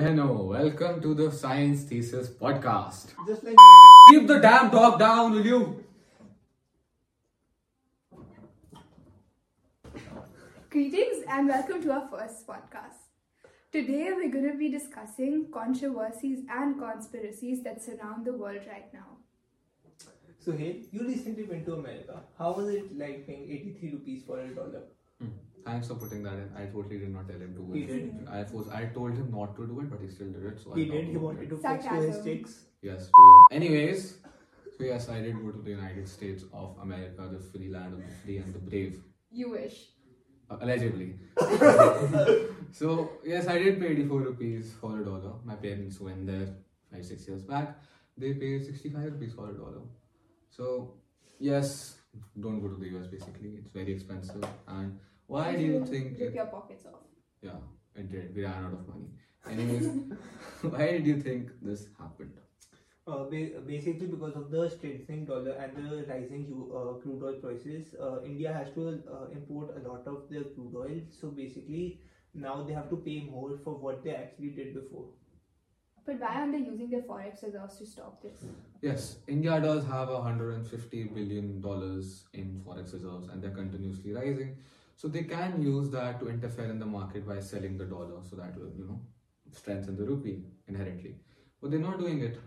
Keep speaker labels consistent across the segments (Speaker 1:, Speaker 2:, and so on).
Speaker 1: Hello, welcome to the Science Thesis Podcast.
Speaker 2: Just like me.
Speaker 1: Keep the damn dog down, will you?
Speaker 3: Greetings and welcome to our first podcast. Today we're going to be discussing controversies and conspiracies that surround the world right now.
Speaker 2: So hey, you recently went to America. How was it like paying 83 rupees for a dollar?
Speaker 1: Hmm. Thanks for putting that in. I totally did not tell him to.
Speaker 2: He did.
Speaker 1: I was. I told him not to do it, but he still did it. So I
Speaker 2: He
Speaker 1: now
Speaker 2: did. He
Speaker 1: do
Speaker 2: wanted
Speaker 1: it.
Speaker 2: to flex to his
Speaker 3: Sarcasm.
Speaker 2: chicks.
Speaker 1: Yes. To your... Anyways, so yes, I did go to the United States of America, the free land of the free and the brave.
Speaker 3: You wish.
Speaker 1: Uh, allegedly. so yes, I did pay 84 rupees for a dollar. My parents went there five six years back. They paid 65 rupees for a dollar. So yes, don't go to the US basically. It's very expensive. And why do you think?
Speaker 3: Rip
Speaker 1: It,
Speaker 3: your pockets off.
Speaker 1: yeah, it did. We ran out of money. Anyways, why did you think this happened?
Speaker 2: Uh, ba- basically because of the strengthening dollar and the rising u- uh, crude oil prices, uh, India has to uh, import a lot of their crude oil. So basically, now they have to pay more for what they actually did before.
Speaker 3: But why aren't they using their forex reserves to stop this?
Speaker 1: Yes, India does have 150 billion dollars in forex reserves, and they're continuously rising. So they can use that to interfere in the market by selling the dollar, so that will you know strengthen the rupee inherently. But they're not doing it.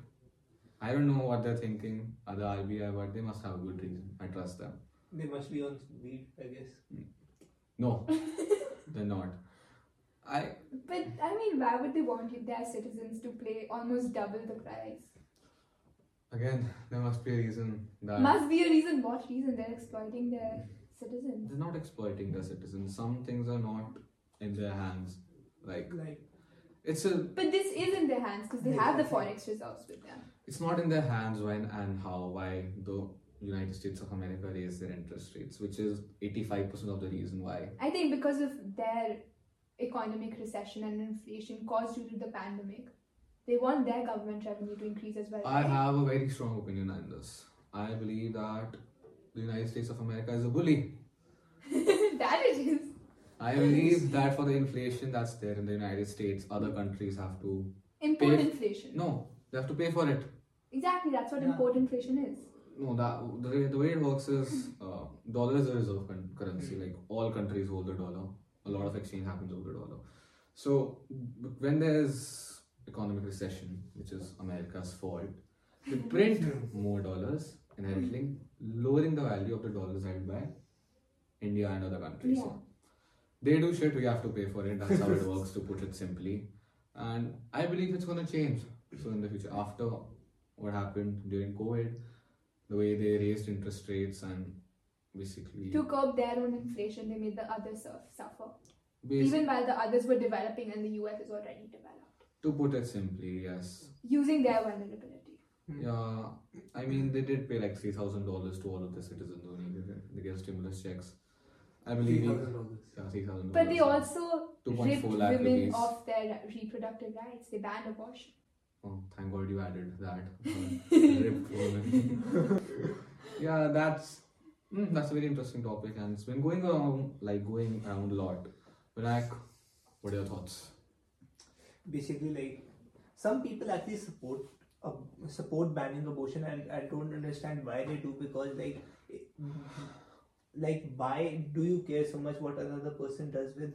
Speaker 1: I don't know what they're thinking at the RBI, but they must have a good reason. I trust them.
Speaker 2: They must be on weed, I guess.
Speaker 1: No, they're not. I
Speaker 3: But I mean, why would they want their citizens to play almost double the price?
Speaker 1: again, there must be a reason that
Speaker 3: Must be a reason. What reason? They're exploiting their citizens.
Speaker 1: they're not exploiting their citizens. Some things are not in their hands. Like
Speaker 2: Like
Speaker 1: it's a
Speaker 3: But this is in their hands because they have the forex reserves with them.
Speaker 1: it's not in their hands when and how why the United States of America raised their interest rates, which is 85% of the reason why.
Speaker 3: I think because of their economic recession and inflation caused due to the pandemic, they want their government revenue to increase as well.
Speaker 1: I
Speaker 3: right?
Speaker 1: have a very strong opinion on this. I believe that the United States of America is a bully.
Speaker 3: that it is.
Speaker 1: I believe that for the inflation that's there in the United States, other countries have to
Speaker 3: Import
Speaker 1: Pay-
Speaker 3: inflation.
Speaker 1: no, they have to pay for it.
Speaker 3: Exactly, that's what
Speaker 2: Yeah.
Speaker 3: import inflation is.
Speaker 1: No, that the, way- the way it works is uh, dollar is a reserve cur- currency. Like all countries hold the dollar. A lot of exchange happens over the dollar. So b- when there's economic recession, which is America's fault, they print more dollars inherently, lowering the value of the dollars held by India and other countries.
Speaker 3: Yeah.
Speaker 1: They do shit. We have to pay for it. That's how it works, to put it simply. And I believe it's gonna change. So in the future, after what happened during COVID, the way they raised interest rates and basically,
Speaker 3: To curb their own inflation, they made the others surf- suffer.
Speaker 1: basi-
Speaker 3: Even while the others were developing and the US is already developed.
Speaker 1: to put it simply, yes.
Speaker 3: Using their vulnerability.
Speaker 1: Yeah, I mean they did pay like three thousand dollars to all of their citizens. Only they, they gave stimulus checks. I believe.
Speaker 2: $3,000.
Speaker 1: Yeah, three thousand.
Speaker 3: But they also
Speaker 1: 2.4
Speaker 3: ripped
Speaker 1: lakh
Speaker 3: women
Speaker 1: rupees.
Speaker 3: of their reproductive rights. They banned abortion.
Speaker 1: Oh, thank God you added that. Ripped woman. yeah, that's mm, that's a very interesting topic, and it's been going around like going around a lot. But like, what are your thoughts?
Speaker 2: basically like some people actually support uh, support banning abortion and I don't understand why they do because like it- like why do you care so much what another person does with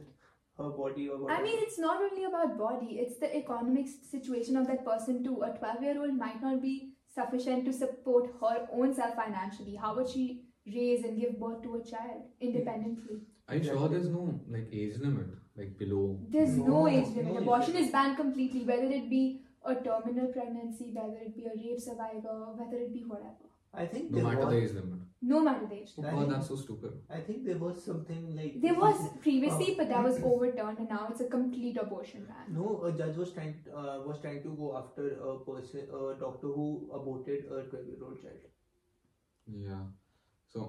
Speaker 2: her body or whatever?
Speaker 3: I mean, it's not only about body, it's the economic s- situation of that person too. A 12 year old might not be sufficient to support her own self financially. How would she raise and give birth to a child independently?
Speaker 1: Are you sure there's no like age limit, like below?
Speaker 3: There's no,
Speaker 2: No,
Speaker 3: age
Speaker 2: no
Speaker 3: limit.
Speaker 2: age
Speaker 3: Abortion
Speaker 2: limit.
Speaker 3: is banned completely, whether it be a terminal pregnancy, whether it be a rape survivor, whether it be whatever.
Speaker 2: I think
Speaker 1: No
Speaker 2: there
Speaker 1: matter
Speaker 2: was,
Speaker 1: the age limit.
Speaker 3: No matter the age.
Speaker 1: Oh
Speaker 2: I
Speaker 1: God,
Speaker 2: think-
Speaker 1: that's so stupid.
Speaker 2: I think there was something like
Speaker 3: There was
Speaker 2: Oh.
Speaker 3: previously, but that was overturned, and now it's a complete abortion ban.
Speaker 2: no a judge was trying uh, was trying to go after a person a doctor who aborted a 12 year old child
Speaker 1: Yeah. So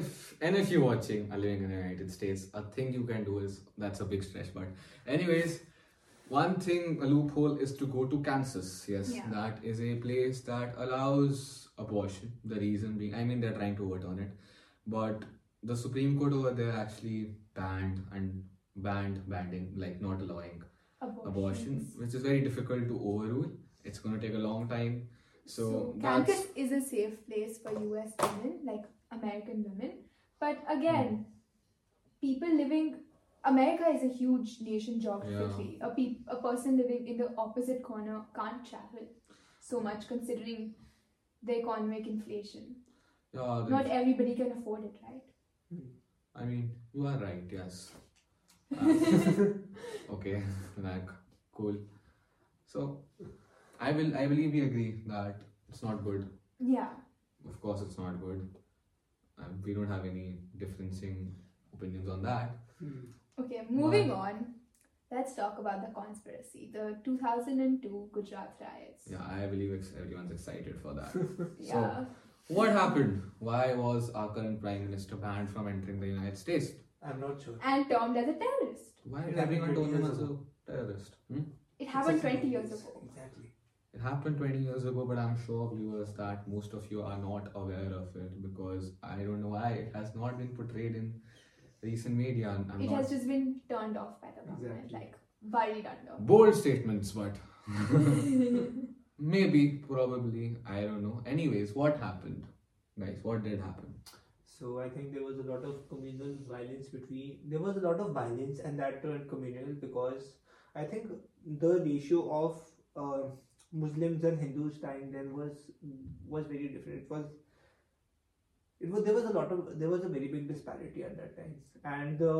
Speaker 1: if and if you're watching are living in the United States, a thing you can do is that's a big stretch, but anyways, one thing a loophole is to go to Kansas. Yes,
Speaker 3: Yeah.
Speaker 1: that is a place that allows abortion. The reason being, I mean, they're trying to overturn it, but the Supreme Court over there actually banned and banned banding, like not allowing abortion, which is very difficult to overrule. It's going to take a long time. So, that's
Speaker 3: Kansas is a safe place for US women, like American women. But
Speaker 1: Hmm.
Speaker 3: again, people living America is a huge nation geographically. A peop a person living in the opposite corner can't travel so
Speaker 1: Hmm.
Speaker 3: much considering the economic inflation.
Speaker 1: yeah,
Speaker 3: Not
Speaker 1: there's-
Speaker 3: everybody can afford it, right?
Speaker 1: I mean, you are right. Yes. okay, like cool. So, I will. I believe we agree that it's not good.
Speaker 3: Yeah.
Speaker 1: Of course, it's not good. Um, we don't have any differencing opinions on that.
Speaker 3: Hmm. Okay, moving
Speaker 1: Wow.
Speaker 3: on. Let's talk about the conspiracy, the 2002 Gujarat riots.
Speaker 1: Yeah, I believe ex- everyone's excited for that.
Speaker 3: Yeah.
Speaker 1: what happened? Why was our current prime minister banned from entering the United States?
Speaker 2: I'm not sure.
Speaker 3: And termed as a terrorist.
Speaker 1: Why
Speaker 2: It
Speaker 1: did
Speaker 2: happened
Speaker 1: everyone
Speaker 2: 20
Speaker 1: told him
Speaker 2: years
Speaker 1: as a terrorist? Hmm?
Speaker 3: It happened
Speaker 2: It's a-
Speaker 3: 20 years ago.
Speaker 2: Exactly.
Speaker 1: It happened 20 years ago, but I'm sure viewers that most of you are not aware of it because I don't know why it has not been portrayed in recent media. And I'm
Speaker 3: it
Speaker 1: not
Speaker 3: has just been turned off by the government,
Speaker 2: Exactly.
Speaker 3: like buried under.
Speaker 1: bold statements, but maybe, probably, I don't know. Anyways, what happened, guys? What did happen?
Speaker 2: So I think there was a lot of communal violence between. There was a lot of violence, and that turned communal because I think the ratio of uh, Muslims and Hindus time then was was very different. It was it was there was a lot of there was a very big disparity at that time, and the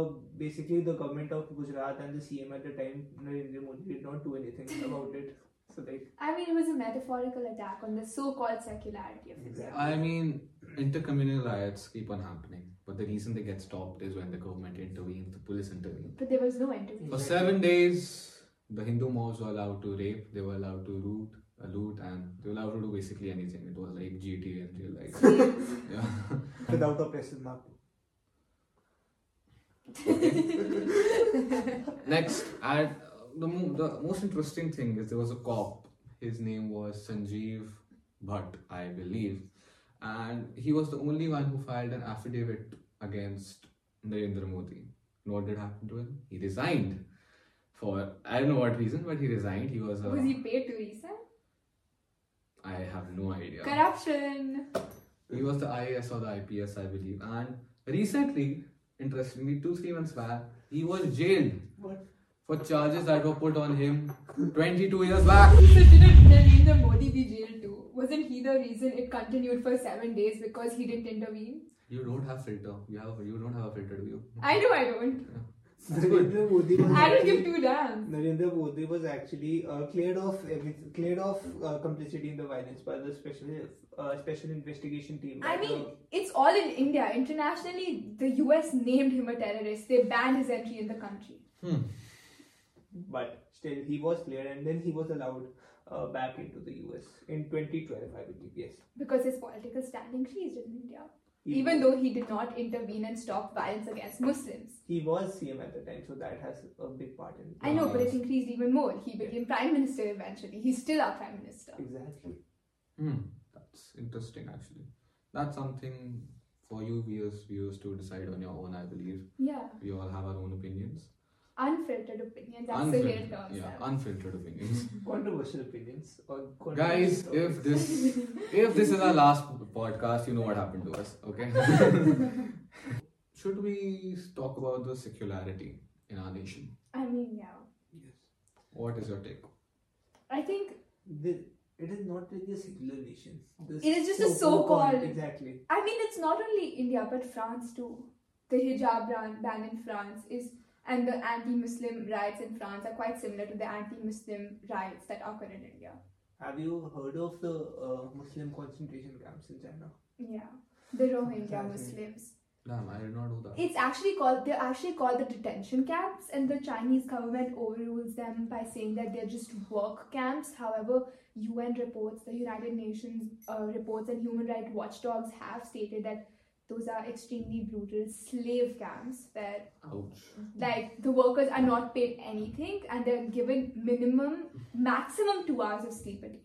Speaker 2: basically the government of Gujarat and the CM at the time Narendra Modi did not do anything about it. So like
Speaker 3: I mean, it was a metaphorical attack on the so-called secularity of India.
Speaker 2: Exactly.
Speaker 1: I mean, intercommunal riots keep on happening, but the reason they get stopped is when the government intervenes, the police intervene.
Speaker 3: But there was no interview.
Speaker 1: For seven days, the Hindu mobs were allowed to rape, they were allowed to root, uh, loot, and they were allowed to do basically anything. It was like GTA and real life. yeah.
Speaker 2: without a question mark.
Speaker 1: Next, and uh, the, mo- the most interesting thing is there was a cop. His name was Sanjeev Bhatt, I believe, and he was the only one who filed an affidavit against Narendra Modi. And what did happen to him? He resigned for I don't know what reason, but he resigned. He was a
Speaker 3: was he paid to resign?
Speaker 1: I have no idea.
Speaker 3: Corruption.
Speaker 1: He was the IAS or the IPS, I believe. And recently, interestingly, two three months back, he was jailed
Speaker 2: What?
Speaker 1: for charges that were put on him 22 years back.
Speaker 3: So didn't Narendra Modi be jailed too? Wasn't he the reason it continued for seven days because he didn't intervene?
Speaker 1: You don't have filter. You have you don't have a filter, do you?
Speaker 3: I know I don't.
Speaker 1: good.
Speaker 2: Narendra Modi was
Speaker 3: I don't
Speaker 2: actually-
Speaker 3: give two damns.
Speaker 2: Narendra Modi was actually uh, cleared of everyth- cleared of uh, complicity in the violence by the special uh, special investigation team.
Speaker 3: I
Speaker 2: by the-
Speaker 3: mean, it's all in India. Internationally, the US named him a terrorist. They banned his entry in the country.
Speaker 1: Hmm.
Speaker 2: Uh, but still he was cleared, and then he was allowed uh, back into the U.S. in 2012, I believe. Yes.
Speaker 3: Because his political standing increased in India.
Speaker 2: He-
Speaker 3: Even though he did not intervene and stop violence against Muslims.
Speaker 2: he was CM at the time, so that has a big part in.
Speaker 3: I know, but it increased even more. He became prime minister eventually. He's still our prime minister.
Speaker 2: Exactly.
Speaker 1: Hmm. That's interesting, actually. That's something for you viewers, viewers to decide on your own. I believe
Speaker 3: Yeah.
Speaker 1: we all have our own opinions.
Speaker 3: Unfiltered opinions. That's the real
Speaker 1: unfiltered,
Speaker 3: term.
Speaker 1: yeah,
Speaker 3: sir.
Speaker 1: unfiltered opinions.
Speaker 2: Controversial opinions on
Speaker 1: Guys,
Speaker 2: controversial
Speaker 1: if
Speaker 2: topics.
Speaker 1: this if this is our last podcast, you know what happened to us. Okay. Should we talk about the secularity in our nation?
Speaker 3: I mean, yeah.
Speaker 2: yes.
Speaker 1: What is your take?
Speaker 3: I think
Speaker 2: The- it is not really a singular nation. This
Speaker 3: It is just a so-called-
Speaker 2: exactly.
Speaker 3: I mean, it's not only India but France too. The hijab ban, ban in France is, and the anti-Muslim riots in France are quite similar to the anti-Muslim riots that occur in India.
Speaker 2: Have you heard of the uh, Muslim concentration camps in China?
Speaker 3: Yeah, the Rohingya
Speaker 2: Exactly.
Speaker 3: Muslims.
Speaker 1: Damn, I did not know that.
Speaker 3: It's actually called they're actually called the detention camps, and the Chinese government overrules them by saying that they're just work camps. However, UN reports, the United Nations uh, reports, and human rights watchdogs have stated that those are extremely brutal slave camps where
Speaker 1: Ouch.
Speaker 3: like the workers are not paid anything and they're given minimum maximum two hours of sleep a day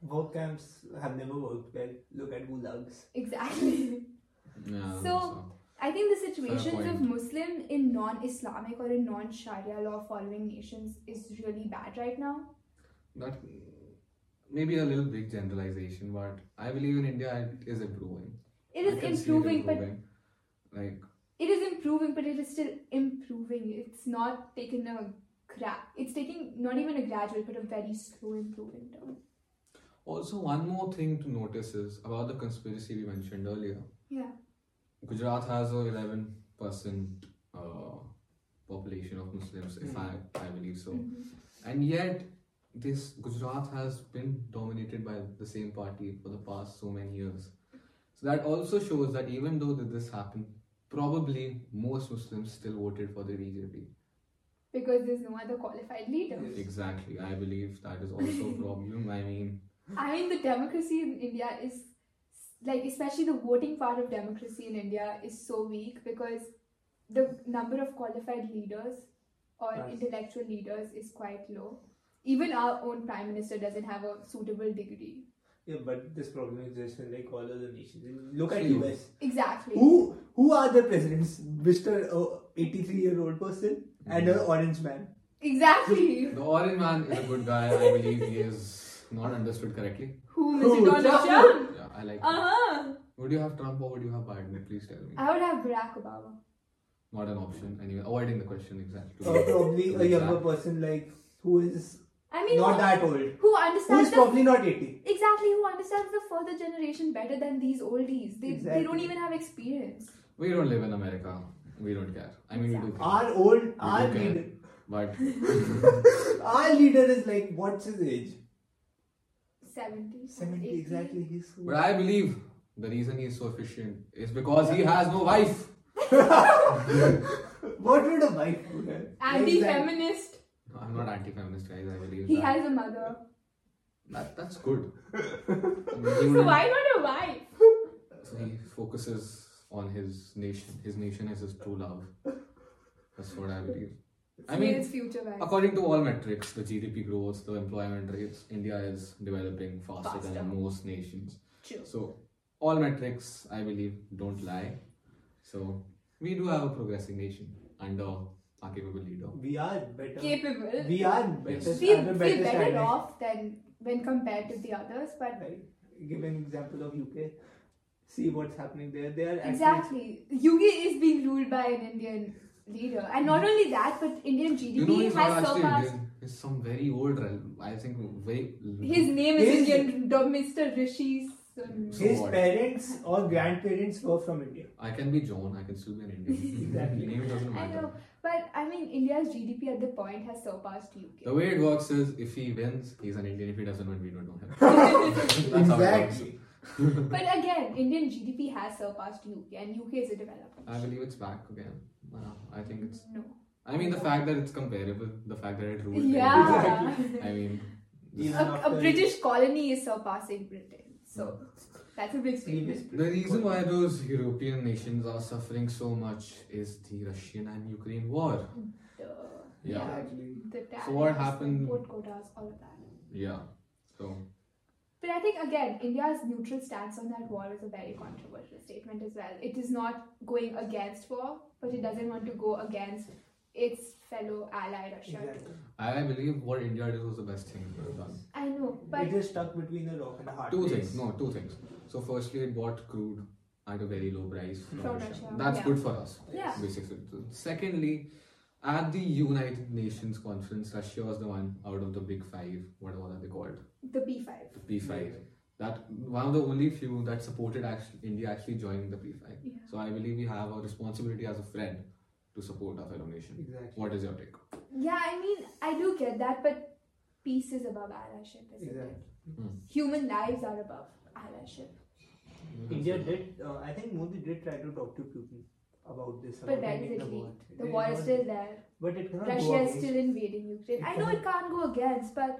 Speaker 2: Work camps have never worked well. Look at gulags.
Speaker 3: exactly
Speaker 1: Yeah.
Speaker 3: So-
Speaker 1: so
Speaker 3: I think the situations of
Speaker 1: point.
Speaker 3: Muslim in non-Islamic or in non-Sharia law following nations is really bad right now.
Speaker 1: That maybe a little big generalization, but I believe in India it is improving.
Speaker 3: It
Speaker 1: I
Speaker 3: is
Speaker 1: can see it
Speaker 3: improving, but
Speaker 1: improving. like
Speaker 3: it is improving, but it is still improving. It's not taken a gra- It's taking not even a gradual, but a very slow improving turn.
Speaker 1: also one more thing to notice is about the conspiracy we mentioned earlier.
Speaker 3: Yeah.
Speaker 1: Gujarat has a eleven percent uh, population of Muslims, if I I believe so,
Speaker 3: Mhm.
Speaker 1: and yet this Gujarat has been dominated by the same party for the past so many years. So that also shows that even though that this happened, probably most Muslims still voted for the BJP.
Speaker 3: Because there's no other qualified leader.
Speaker 2: Yes.
Speaker 1: Exactly. I believe that is also a problem. I mean,
Speaker 3: I mean, the democracy in India is like, especially the voting part of democracy in India is so weak because the number of qualified leaders or
Speaker 2: Right.
Speaker 3: intellectual leaders is quite low. Even our own prime minister doesn't have a suitable degree.
Speaker 2: Yeah, but this problem exists in like all other nations. Look at
Speaker 1: True.
Speaker 2: US.
Speaker 3: Exactly.
Speaker 2: Who who are the presidents? Mister eighty three year old person and an orange man.
Speaker 3: Exactly.
Speaker 1: the orange man is a good guy. I believe he is not understood correctly.
Speaker 3: Who,
Speaker 2: Who?
Speaker 3: Mr. Donald
Speaker 2: Trump?
Speaker 3: Trump?
Speaker 1: Yeah, I like.
Speaker 3: Uh
Speaker 1: him.
Speaker 3: huh.
Speaker 1: Would you have Trump or would you have Biden? Please tell me.
Speaker 3: I would have Barack Obama.
Speaker 1: Not an option. Anyway, avoiding the question exactly.
Speaker 2: Or Uh, Oh, probably a
Speaker 1: Exact-
Speaker 2: younger person like who is
Speaker 3: I mean,
Speaker 2: not
Speaker 3: who,
Speaker 2: that old.
Speaker 3: who
Speaker 2: Who
Speaker 3: understands
Speaker 2: is
Speaker 3: the
Speaker 2: probably not eighty.
Speaker 3: exactly who understands the further generation better than these oldies? They they don't
Speaker 2: Exactly.
Speaker 3: even have experience.
Speaker 1: We don't live in America. We don't care. I mean, we do care.
Speaker 2: Our old our
Speaker 1: Okay.
Speaker 2: leader
Speaker 1: But
Speaker 2: our leader is like what's his age?
Speaker 3: 70,
Speaker 2: Seventy
Speaker 3: 80.
Speaker 2: exactly. He's so
Speaker 1: but I believe the reason he is so efficient is because he has no wife.
Speaker 2: What would a wife do? man? Like,
Speaker 3: Anti-feminist.
Speaker 1: No, I'm not anti-feminist, guys. I believe
Speaker 3: He
Speaker 1: that.
Speaker 3: has a mother.
Speaker 1: that. That's good. I mean, he
Speaker 3: So
Speaker 1: wouldn't-
Speaker 3: why not a wife?
Speaker 1: So he focuses on his nation. His nation is his true love. That's what I believe. I
Speaker 3: Made
Speaker 1: mean,
Speaker 3: his future wife.
Speaker 1: according to all metrics, the GDP growth, the employment rates, India is developing faster,
Speaker 3: Faster.
Speaker 1: than most nations.
Speaker 3: True.
Speaker 1: So all metrics, I believe, don't lie. So we do have a progressing nation under our capable leader.
Speaker 2: We are better.
Speaker 3: Capable.
Speaker 2: We are better.
Speaker 1: Yes.
Speaker 3: We
Speaker 2: at a
Speaker 3: we're
Speaker 2: better
Speaker 3: better
Speaker 2: standard.
Speaker 3: off than when compared to the others, but
Speaker 2: Right. Give an example of UK. See what's happening there. They are actually-
Speaker 3: Exactly. UK is being ruled by an Indian leader. And not only that, but Indian GDP
Speaker 1: You know, he's not
Speaker 3: has
Speaker 1: actually
Speaker 3: surpassed.
Speaker 1: Indian. He's some very old, rel- I think, very.
Speaker 3: His name is
Speaker 2: His-
Speaker 3: Indian Do- Mr. Rishi Sunak.
Speaker 1: So
Speaker 2: His
Speaker 1: what?
Speaker 2: parents or grandparents were from India.
Speaker 1: I can be John. I can still be an Indian.
Speaker 2: Exactly.
Speaker 1: Name doesn't
Speaker 3: I
Speaker 1: matter.
Speaker 3: know. But I mean, India's GDP at the point has surpassed UK.
Speaker 1: The way it works is if he wins, he's an Indian. If he doesn't win, we don't know him. That's how it works.
Speaker 2: exactly.
Speaker 3: But again, Indian GDP has surpassed UK, and UK is a developed
Speaker 1: I
Speaker 3: nation.
Speaker 1: believe it's back again. Uh, I think it's.
Speaker 3: No.
Speaker 1: I mean, the fact that it's comparable, the fact that it rules.
Speaker 3: Yeah.
Speaker 1: I mean,
Speaker 2: Even
Speaker 3: A,
Speaker 2: after
Speaker 3: a British colony is surpassing Britain. So that's a big
Speaker 2: previous
Speaker 3: statement.
Speaker 1: the reason why those European nations are suffering so much is the Russian and Ukraine war.
Speaker 3: The-
Speaker 1: Yeah.
Speaker 2: Exactly.
Speaker 3: The tariffs,
Speaker 1: So what happened-
Speaker 3: Import quotas, all of that.
Speaker 1: Yeah. So
Speaker 3: But I think again, India's neutral stance on that war is a very controversial statement as well. It is not going against war, but it doesn't want to go against its fellow ally Russia. too.
Speaker 2: Exactly.
Speaker 1: I believe what India did was the best thing it could have done.
Speaker 3: I know,
Speaker 2: It
Speaker 3: but
Speaker 2: is stuck between a rock and a hard
Speaker 1: Two
Speaker 2: place.
Speaker 1: things. No, two things. So firstly, it bought crude at a very low price from
Speaker 3: From
Speaker 1: Russia.
Speaker 3: Russia,
Speaker 1: That's
Speaker 3: yeah.
Speaker 1: good for us.
Speaker 3: yeah,
Speaker 1: basic citizens. Secondly, at the United Nations conference, Russia was the one out of the big five, whatever that they called,
Speaker 3: the P five.
Speaker 1: the P5. That one of the only few that supported actually, India actually joining the P5.
Speaker 3: Yeah.
Speaker 1: So I believe we have a responsibility as a friend to support our fellow nation.
Speaker 2: Exactly.
Speaker 1: What is your take?
Speaker 3: Yeah, I mean, I do get that, but peace is above allyship, isn't
Speaker 2: Exactly.
Speaker 3: it? Human lives are above allyship,
Speaker 2: India did. Uh, I think Modi did try to talk to Putin about this.
Speaker 3: but
Speaker 2: about
Speaker 3: that
Speaker 2: ending
Speaker 3: is
Speaker 2: the war.
Speaker 3: elite. The
Speaker 2: It
Speaker 3: war is
Speaker 2: was-
Speaker 3: still there.
Speaker 2: But it cannot go
Speaker 3: Russia is
Speaker 2: against-
Speaker 3: still invading Ukraine. I know it can't go against, but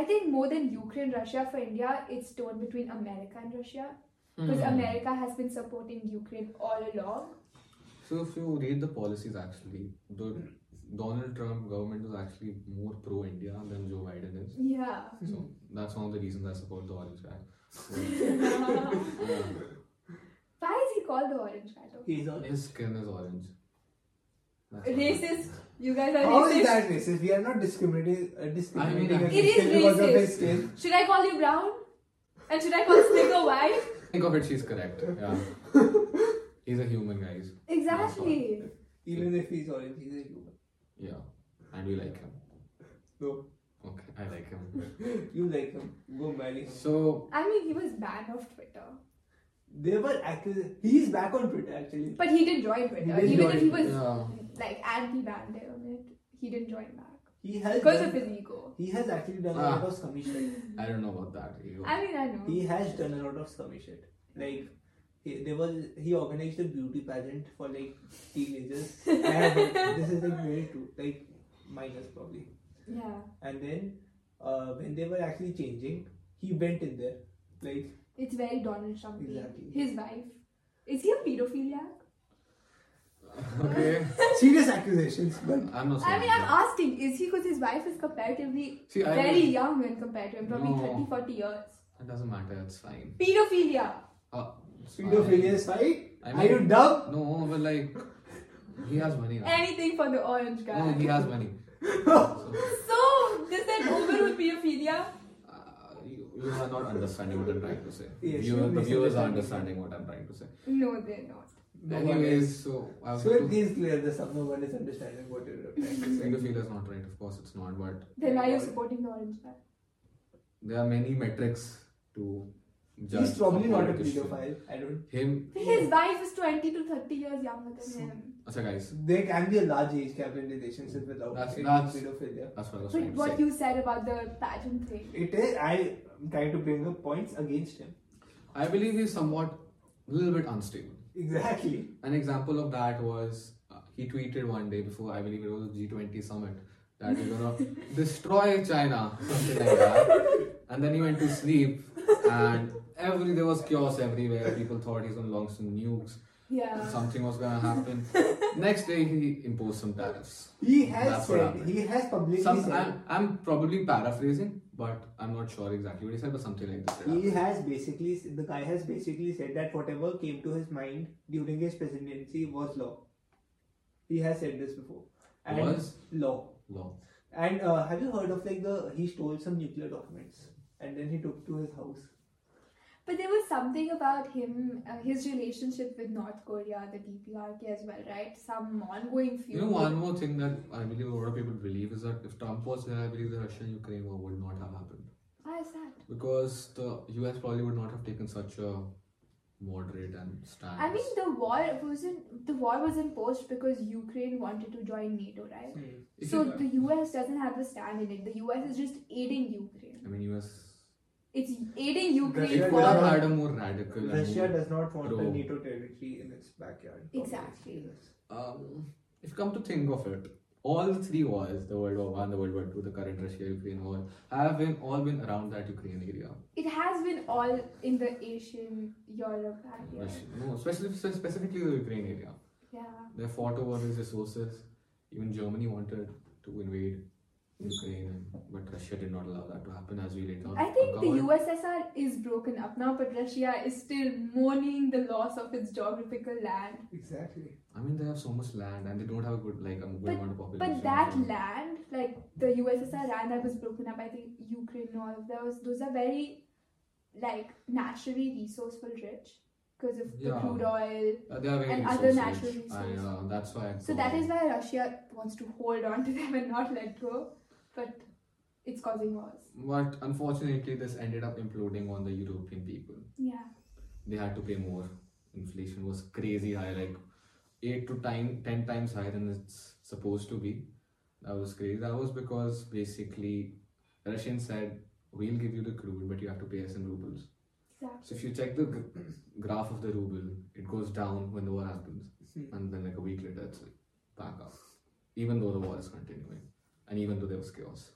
Speaker 3: I think more than Ukraine, Russia, for India, it's torn between America and Russia.
Speaker 2: Mm.
Speaker 3: Because America has been supporting Ukraine all along.
Speaker 1: So if you read the policies actually, the Donald Trump government was actually more pro-India than Joe Biden is.
Speaker 3: Yeah.
Speaker 1: So
Speaker 3: Hmm.
Speaker 1: that's one of the reasons I support the orange guy.
Speaker 3: Why
Speaker 1: Yeah.
Speaker 3: is he called the orange shadow?
Speaker 2: He's on
Speaker 1: His skin is orange. That's all.
Speaker 3: Racist. You guys are
Speaker 2: How
Speaker 3: racist.
Speaker 2: is that racist? We are not discriminating. Uh, discriminating
Speaker 1: I mean,
Speaker 2: against
Speaker 3: It is
Speaker 2: him because of his
Speaker 3: racist.
Speaker 2: skin.
Speaker 3: Should I call you brown? And should I call Snicker white?
Speaker 1: Think of it, she's correct. Yeah. He's a human, guys.
Speaker 3: Exactly.
Speaker 2: Even if he's orange, he's a human.
Speaker 1: Yeah. And we like him.
Speaker 2: No,
Speaker 1: Okay, I like him.
Speaker 2: you like him. Go marry him.
Speaker 1: So,
Speaker 3: I mean, he was banned off Twitter.
Speaker 2: They were actually. He's back on Twitter actually.
Speaker 3: But he did join Twitter.
Speaker 2: did
Speaker 3: Even
Speaker 2: join
Speaker 3: if he was
Speaker 1: yeah.
Speaker 3: like anti-banned there on it, he didn't join back.
Speaker 2: He has.
Speaker 3: Because
Speaker 2: done-
Speaker 3: of his ego.
Speaker 2: he has actually done a
Speaker 1: Ah.
Speaker 2: lot of scummy shit.
Speaker 1: I don't know about that. Ego.
Speaker 3: I mean, I know.
Speaker 2: He has done a lot of scummy shit. Like. He, there was he organized a beauty pageant for like teenagers. and this is like very true, like minors probably.
Speaker 3: yeah.
Speaker 2: And then uh, when they were actually changing, he went in there. Like
Speaker 3: It's very Donald Trump.
Speaker 2: Exactly.
Speaker 3: His wife. Is he a pedophiliac?
Speaker 1: okay.
Speaker 2: serious accusations, but
Speaker 1: I'm not saying
Speaker 3: I mean, I'm
Speaker 1: that.
Speaker 3: asking, is he because his wife is comparatively
Speaker 1: See, I
Speaker 3: very
Speaker 1: don't-
Speaker 3: young when compared to him, probably
Speaker 1: No.
Speaker 3: 30, 40 years?
Speaker 1: It doesn't matter, it's fine.
Speaker 3: Pedophilia!
Speaker 1: Uh, it's
Speaker 2: pedophilia is fine.
Speaker 1: I
Speaker 2: Are you
Speaker 1: mean-
Speaker 2: dumb?
Speaker 1: fine. No, but like, he has money now.
Speaker 3: Anything for the orange guy.
Speaker 1: No, he has money.
Speaker 3: So, is that over with pedophilia?
Speaker 1: Uh, you, you are not understanding what I'm trying to say.
Speaker 2: Yes,
Speaker 1: Viewer-
Speaker 2: you
Speaker 1: the viewers are
Speaker 2: misunderstand.
Speaker 1: understanding what I'm trying to say.
Speaker 3: No, they're not.
Speaker 2: No one
Speaker 1: Anyways,
Speaker 2: is.
Speaker 1: so I was
Speaker 2: so
Speaker 1: to
Speaker 2: it is clear the sub no one is understanding what you're trying to say.
Speaker 1: Pedophilia is not right, of course it's not, but
Speaker 3: Then why are you supporting the orange guy?
Speaker 1: there are many metrics to judge.
Speaker 2: He's probably not a
Speaker 1: politician.
Speaker 2: pedophile. I don't.
Speaker 1: Him,
Speaker 3: His wife is 20 to 30 years younger than him.
Speaker 1: okay, guys,
Speaker 2: There can be a large age gap in relationships without
Speaker 1: Mm. That's-
Speaker 2: any
Speaker 1: that's-
Speaker 2: pedophilia.
Speaker 1: that's what I was
Speaker 3: But
Speaker 1: trying to
Speaker 3: what
Speaker 1: say.
Speaker 3: you said about the pageant thing.
Speaker 2: It is. I am trying to bring up points against him.
Speaker 1: I believe he's somewhat, a little bit unstable.
Speaker 2: Exactly.
Speaker 1: An example of that was uh, he tweeted one day before, I believe it was the G20 summit, that we're gonna destroy China, something like that. And then he went to sleep, and every there was chaos everywhere. People thought he's gonna launch some nukes,
Speaker 3: Yeah.
Speaker 1: something was gonna happen. Next day, he imposed some tariffs.
Speaker 2: He has
Speaker 1: That's what
Speaker 2: said.
Speaker 1: happened.
Speaker 2: He has publicly
Speaker 1: Some,
Speaker 2: said.
Speaker 1: I'm, I'm probably paraphrasing, but I'm not sure exactly what he said, but something like this. did happen.
Speaker 2: He has basically, the guy has basically said that whatever came to his mind during his presidency was law. He has said this before. And
Speaker 1: Was?
Speaker 2: law.
Speaker 1: Wow.
Speaker 2: And uh, have you heard of like the he stole some nuclear documents and then he took to his house.
Speaker 3: But there was something about him, uh, his relationship with North Korea, the DPRK as well, right? Some ongoing feud.
Speaker 1: You know, one more thing that I believe a lot of people believe is that if Trump was there, I believe the Russian Ukraine war would not have happened.
Speaker 3: Why is that?
Speaker 1: Because the US probably would not have taken such a moderate and stance.
Speaker 3: I mean, the war wasn't the war was imposed because Ukraine wanted to join NATO, right?
Speaker 2: Hmm.
Speaker 1: Hmm. If
Speaker 3: So
Speaker 1: you-
Speaker 3: the US doesn't have a stand in it. The US is just aiding Ukraine.
Speaker 1: I mean, US.
Speaker 3: It's aiding Ukraine.
Speaker 1: It
Speaker 2: Russia
Speaker 1: could
Speaker 3: for-
Speaker 1: have
Speaker 2: does-
Speaker 1: had a more radical. and
Speaker 2: Russia
Speaker 1: more-
Speaker 2: does not want
Speaker 1: Bro.
Speaker 2: a NATO territory in its backyard.
Speaker 3: Exactly.
Speaker 1: Um, if you come to think of it, all three wars, the World War One, the World War Two, the current Russia-Ukraine war, have been all been around that Ukraine area.
Speaker 3: It has been all in the Asian Europe area.
Speaker 1: Russia, no, especially specifically the Ukraine area.
Speaker 3: Yeah.
Speaker 1: They fought over these resources. Even Germany wanted to invade Ukraine, but Russia did not allow that to happen, as we later
Speaker 3: I think the
Speaker 1: uncovered.
Speaker 3: USSR is broken up now, but Russia is still mourning the loss of its geographical land.
Speaker 2: Exactly.
Speaker 1: I mean, they have so much land, and they don't have a good like a good amount of population.
Speaker 3: But that
Speaker 1: so-
Speaker 3: land, like the USSR land that was broken up, I think Ukraine and all of those, those are very like naturally resourceful rich because of the
Speaker 1: Yeah.
Speaker 3: crude oil.
Speaker 1: Uh, they are very
Speaker 3: and other
Speaker 1: resource
Speaker 3: natural
Speaker 1: rich.
Speaker 3: resources.
Speaker 1: I, uh, that's why. I
Speaker 3: So
Speaker 1: thought-
Speaker 3: that is why Russia wants to hold on to them and not let go, but it's causing wars.
Speaker 1: But unfortunately, this ended up imploding on the European people.
Speaker 3: Yeah.
Speaker 1: They had to pay more. Inflation was crazy high, like eight to time, ten times higher than it's supposed to be. That was crazy. That was because basically Russians said, "We'll give you the crude, but you have to pay us in rubles."
Speaker 3: Exactly.
Speaker 1: So if you check the gr- graph of the ruble, it goes down when the war happens,
Speaker 2: Hmm.
Speaker 1: and then like a week later, it's like back up, even though the war is continuing, and even though there was chaos.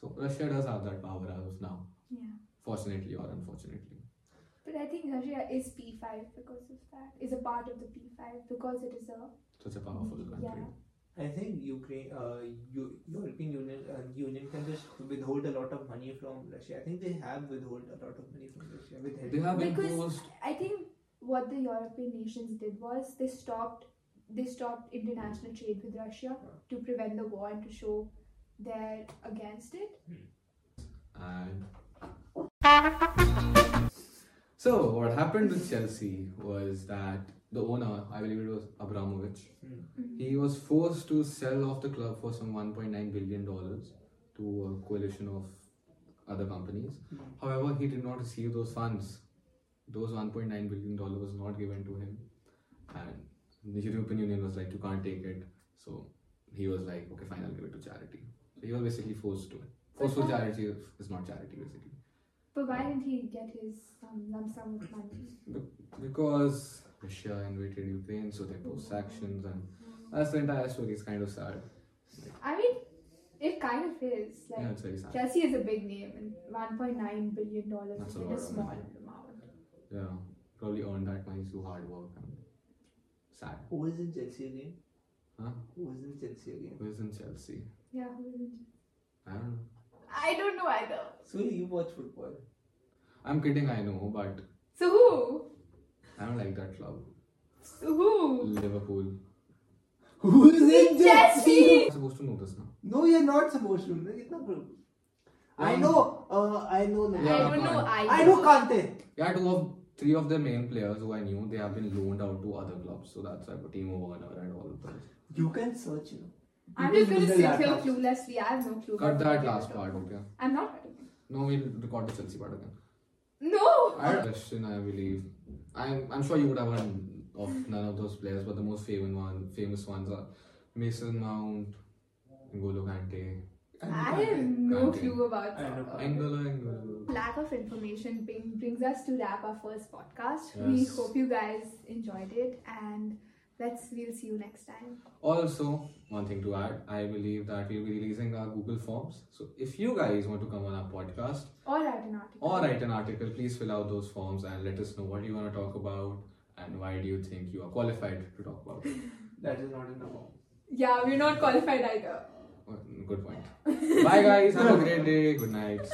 Speaker 1: So Russia does have that power as of now,
Speaker 3: Yeah.
Speaker 1: fortunately or unfortunately.
Speaker 3: But I think Russia is P5 because of that, is a part of the P5 because it is a.
Speaker 1: Such a powerful country.
Speaker 2: I think Ukraine, uh, U- European Union, uh, Union can just withhold a lot of money from Russia. I think they have withhold a lot of money from Russia. Withheld.
Speaker 1: They have
Speaker 3: Because
Speaker 1: imposed
Speaker 3: I think what the European nations did was they stopped they stopped international trade with Russia to prevent the war and to show they're against it.
Speaker 1: And so what happened with Chelsea was that the owner, I believe it was Abramovich,
Speaker 2: Hmm.
Speaker 1: he was forced to sell off the club for some 1.9 billion dollars to a coalition of other companies. However, he did not receive those funds. Those 1.9 billion dollars was not given to him, and the European Union was like, "You can't take it." So he was like, "Okay, fine, I'll give it to charity." So he was basically forced to it. Forceful
Speaker 3: Okay.
Speaker 1: charity is not charity, basically.
Speaker 3: But why didn't he get his um, lump sum of money?
Speaker 1: because Russia invaded Ukraine, so they both sanctions, and that's the entire story. It's kind of sad.
Speaker 3: I mean, it kind of is. Like
Speaker 1: Yeah, it's very sad.
Speaker 3: Chelsea is a big name, and 1.9 billion dollars
Speaker 1: That's
Speaker 3: is
Speaker 1: a
Speaker 3: a
Speaker 1: lot of
Speaker 3: small
Speaker 1: money.
Speaker 3: amount.
Speaker 1: Yeah, probably earned that money through hard work. And sad.
Speaker 2: Who was in Chelsea again?
Speaker 1: Huh?
Speaker 2: Who was in Chelsea again?
Speaker 1: Who is in Chelsea?
Speaker 3: Yeah, who isn't?
Speaker 1: I don't know.
Speaker 3: I don't know either.
Speaker 2: Suli, you watch football.
Speaker 1: I'm kidding. I know, but
Speaker 3: So who?
Speaker 1: I don't like that club.
Speaker 3: So who?
Speaker 1: Liverpool.
Speaker 2: Who is in
Speaker 3: Chelsea!
Speaker 1: I'm supposed to know this now.
Speaker 2: No, you're not supposed to. No, it's not good. I
Speaker 1: Um,
Speaker 2: know. Uh, I know.
Speaker 3: I
Speaker 2: now.
Speaker 1: Yeah,
Speaker 3: don't know
Speaker 1: fine.
Speaker 3: either.
Speaker 2: I know Kante.
Speaker 1: Yeah, two of three of their main players who I knew they have been loaned out to other clubs. So that's like Timo Werner and all of those.
Speaker 2: You can search. You know.
Speaker 3: I'm
Speaker 2: You
Speaker 3: just
Speaker 2: can
Speaker 3: gonna
Speaker 2: use
Speaker 3: sit
Speaker 2: the
Speaker 3: here
Speaker 2: laptops.
Speaker 3: cluelessly. I have no clue.
Speaker 1: Cut
Speaker 3: what
Speaker 1: that
Speaker 3: we're
Speaker 1: last
Speaker 3: talking
Speaker 1: part,
Speaker 3: about.
Speaker 1: okay?
Speaker 3: I'm not.
Speaker 1: No, we'll record the Chelsea part again.
Speaker 3: No.
Speaker 1: I had a question, I believe. I'm, I'm sure you would have one of none of those players, but the most famous one, famous ones are Mason Mount, N'Golo Kante,
Speaker 3: I have no
Speaker 1: Kante.
Speaker 3: clue about
Speaker 2: I know
Speaker 3: soccer.
Speaker 1: Angola, Angola.
Speaker 3: Lack of information bring, brings us to wrap our first podcast. We
Speaker 1: Yes.
Speaker 3: hope you guys enjoyed it, and let's we'll see you next time.
Speaker 1: Also, one thing to add, I believe that we'll be releasing our Google Forms. So if you guys want to come on our podcast
Speaker 3: Or write an article.
Speaker 1: or write an article, please fill out those forms and let us know what you want to talk about and why do you think you are qualified to talk about it.
Speaker 2: That is not enough.
Speaker 3: Yeah, we're not qualified either.
Speaker 1: Good point. Bye guys, have a great day, good night.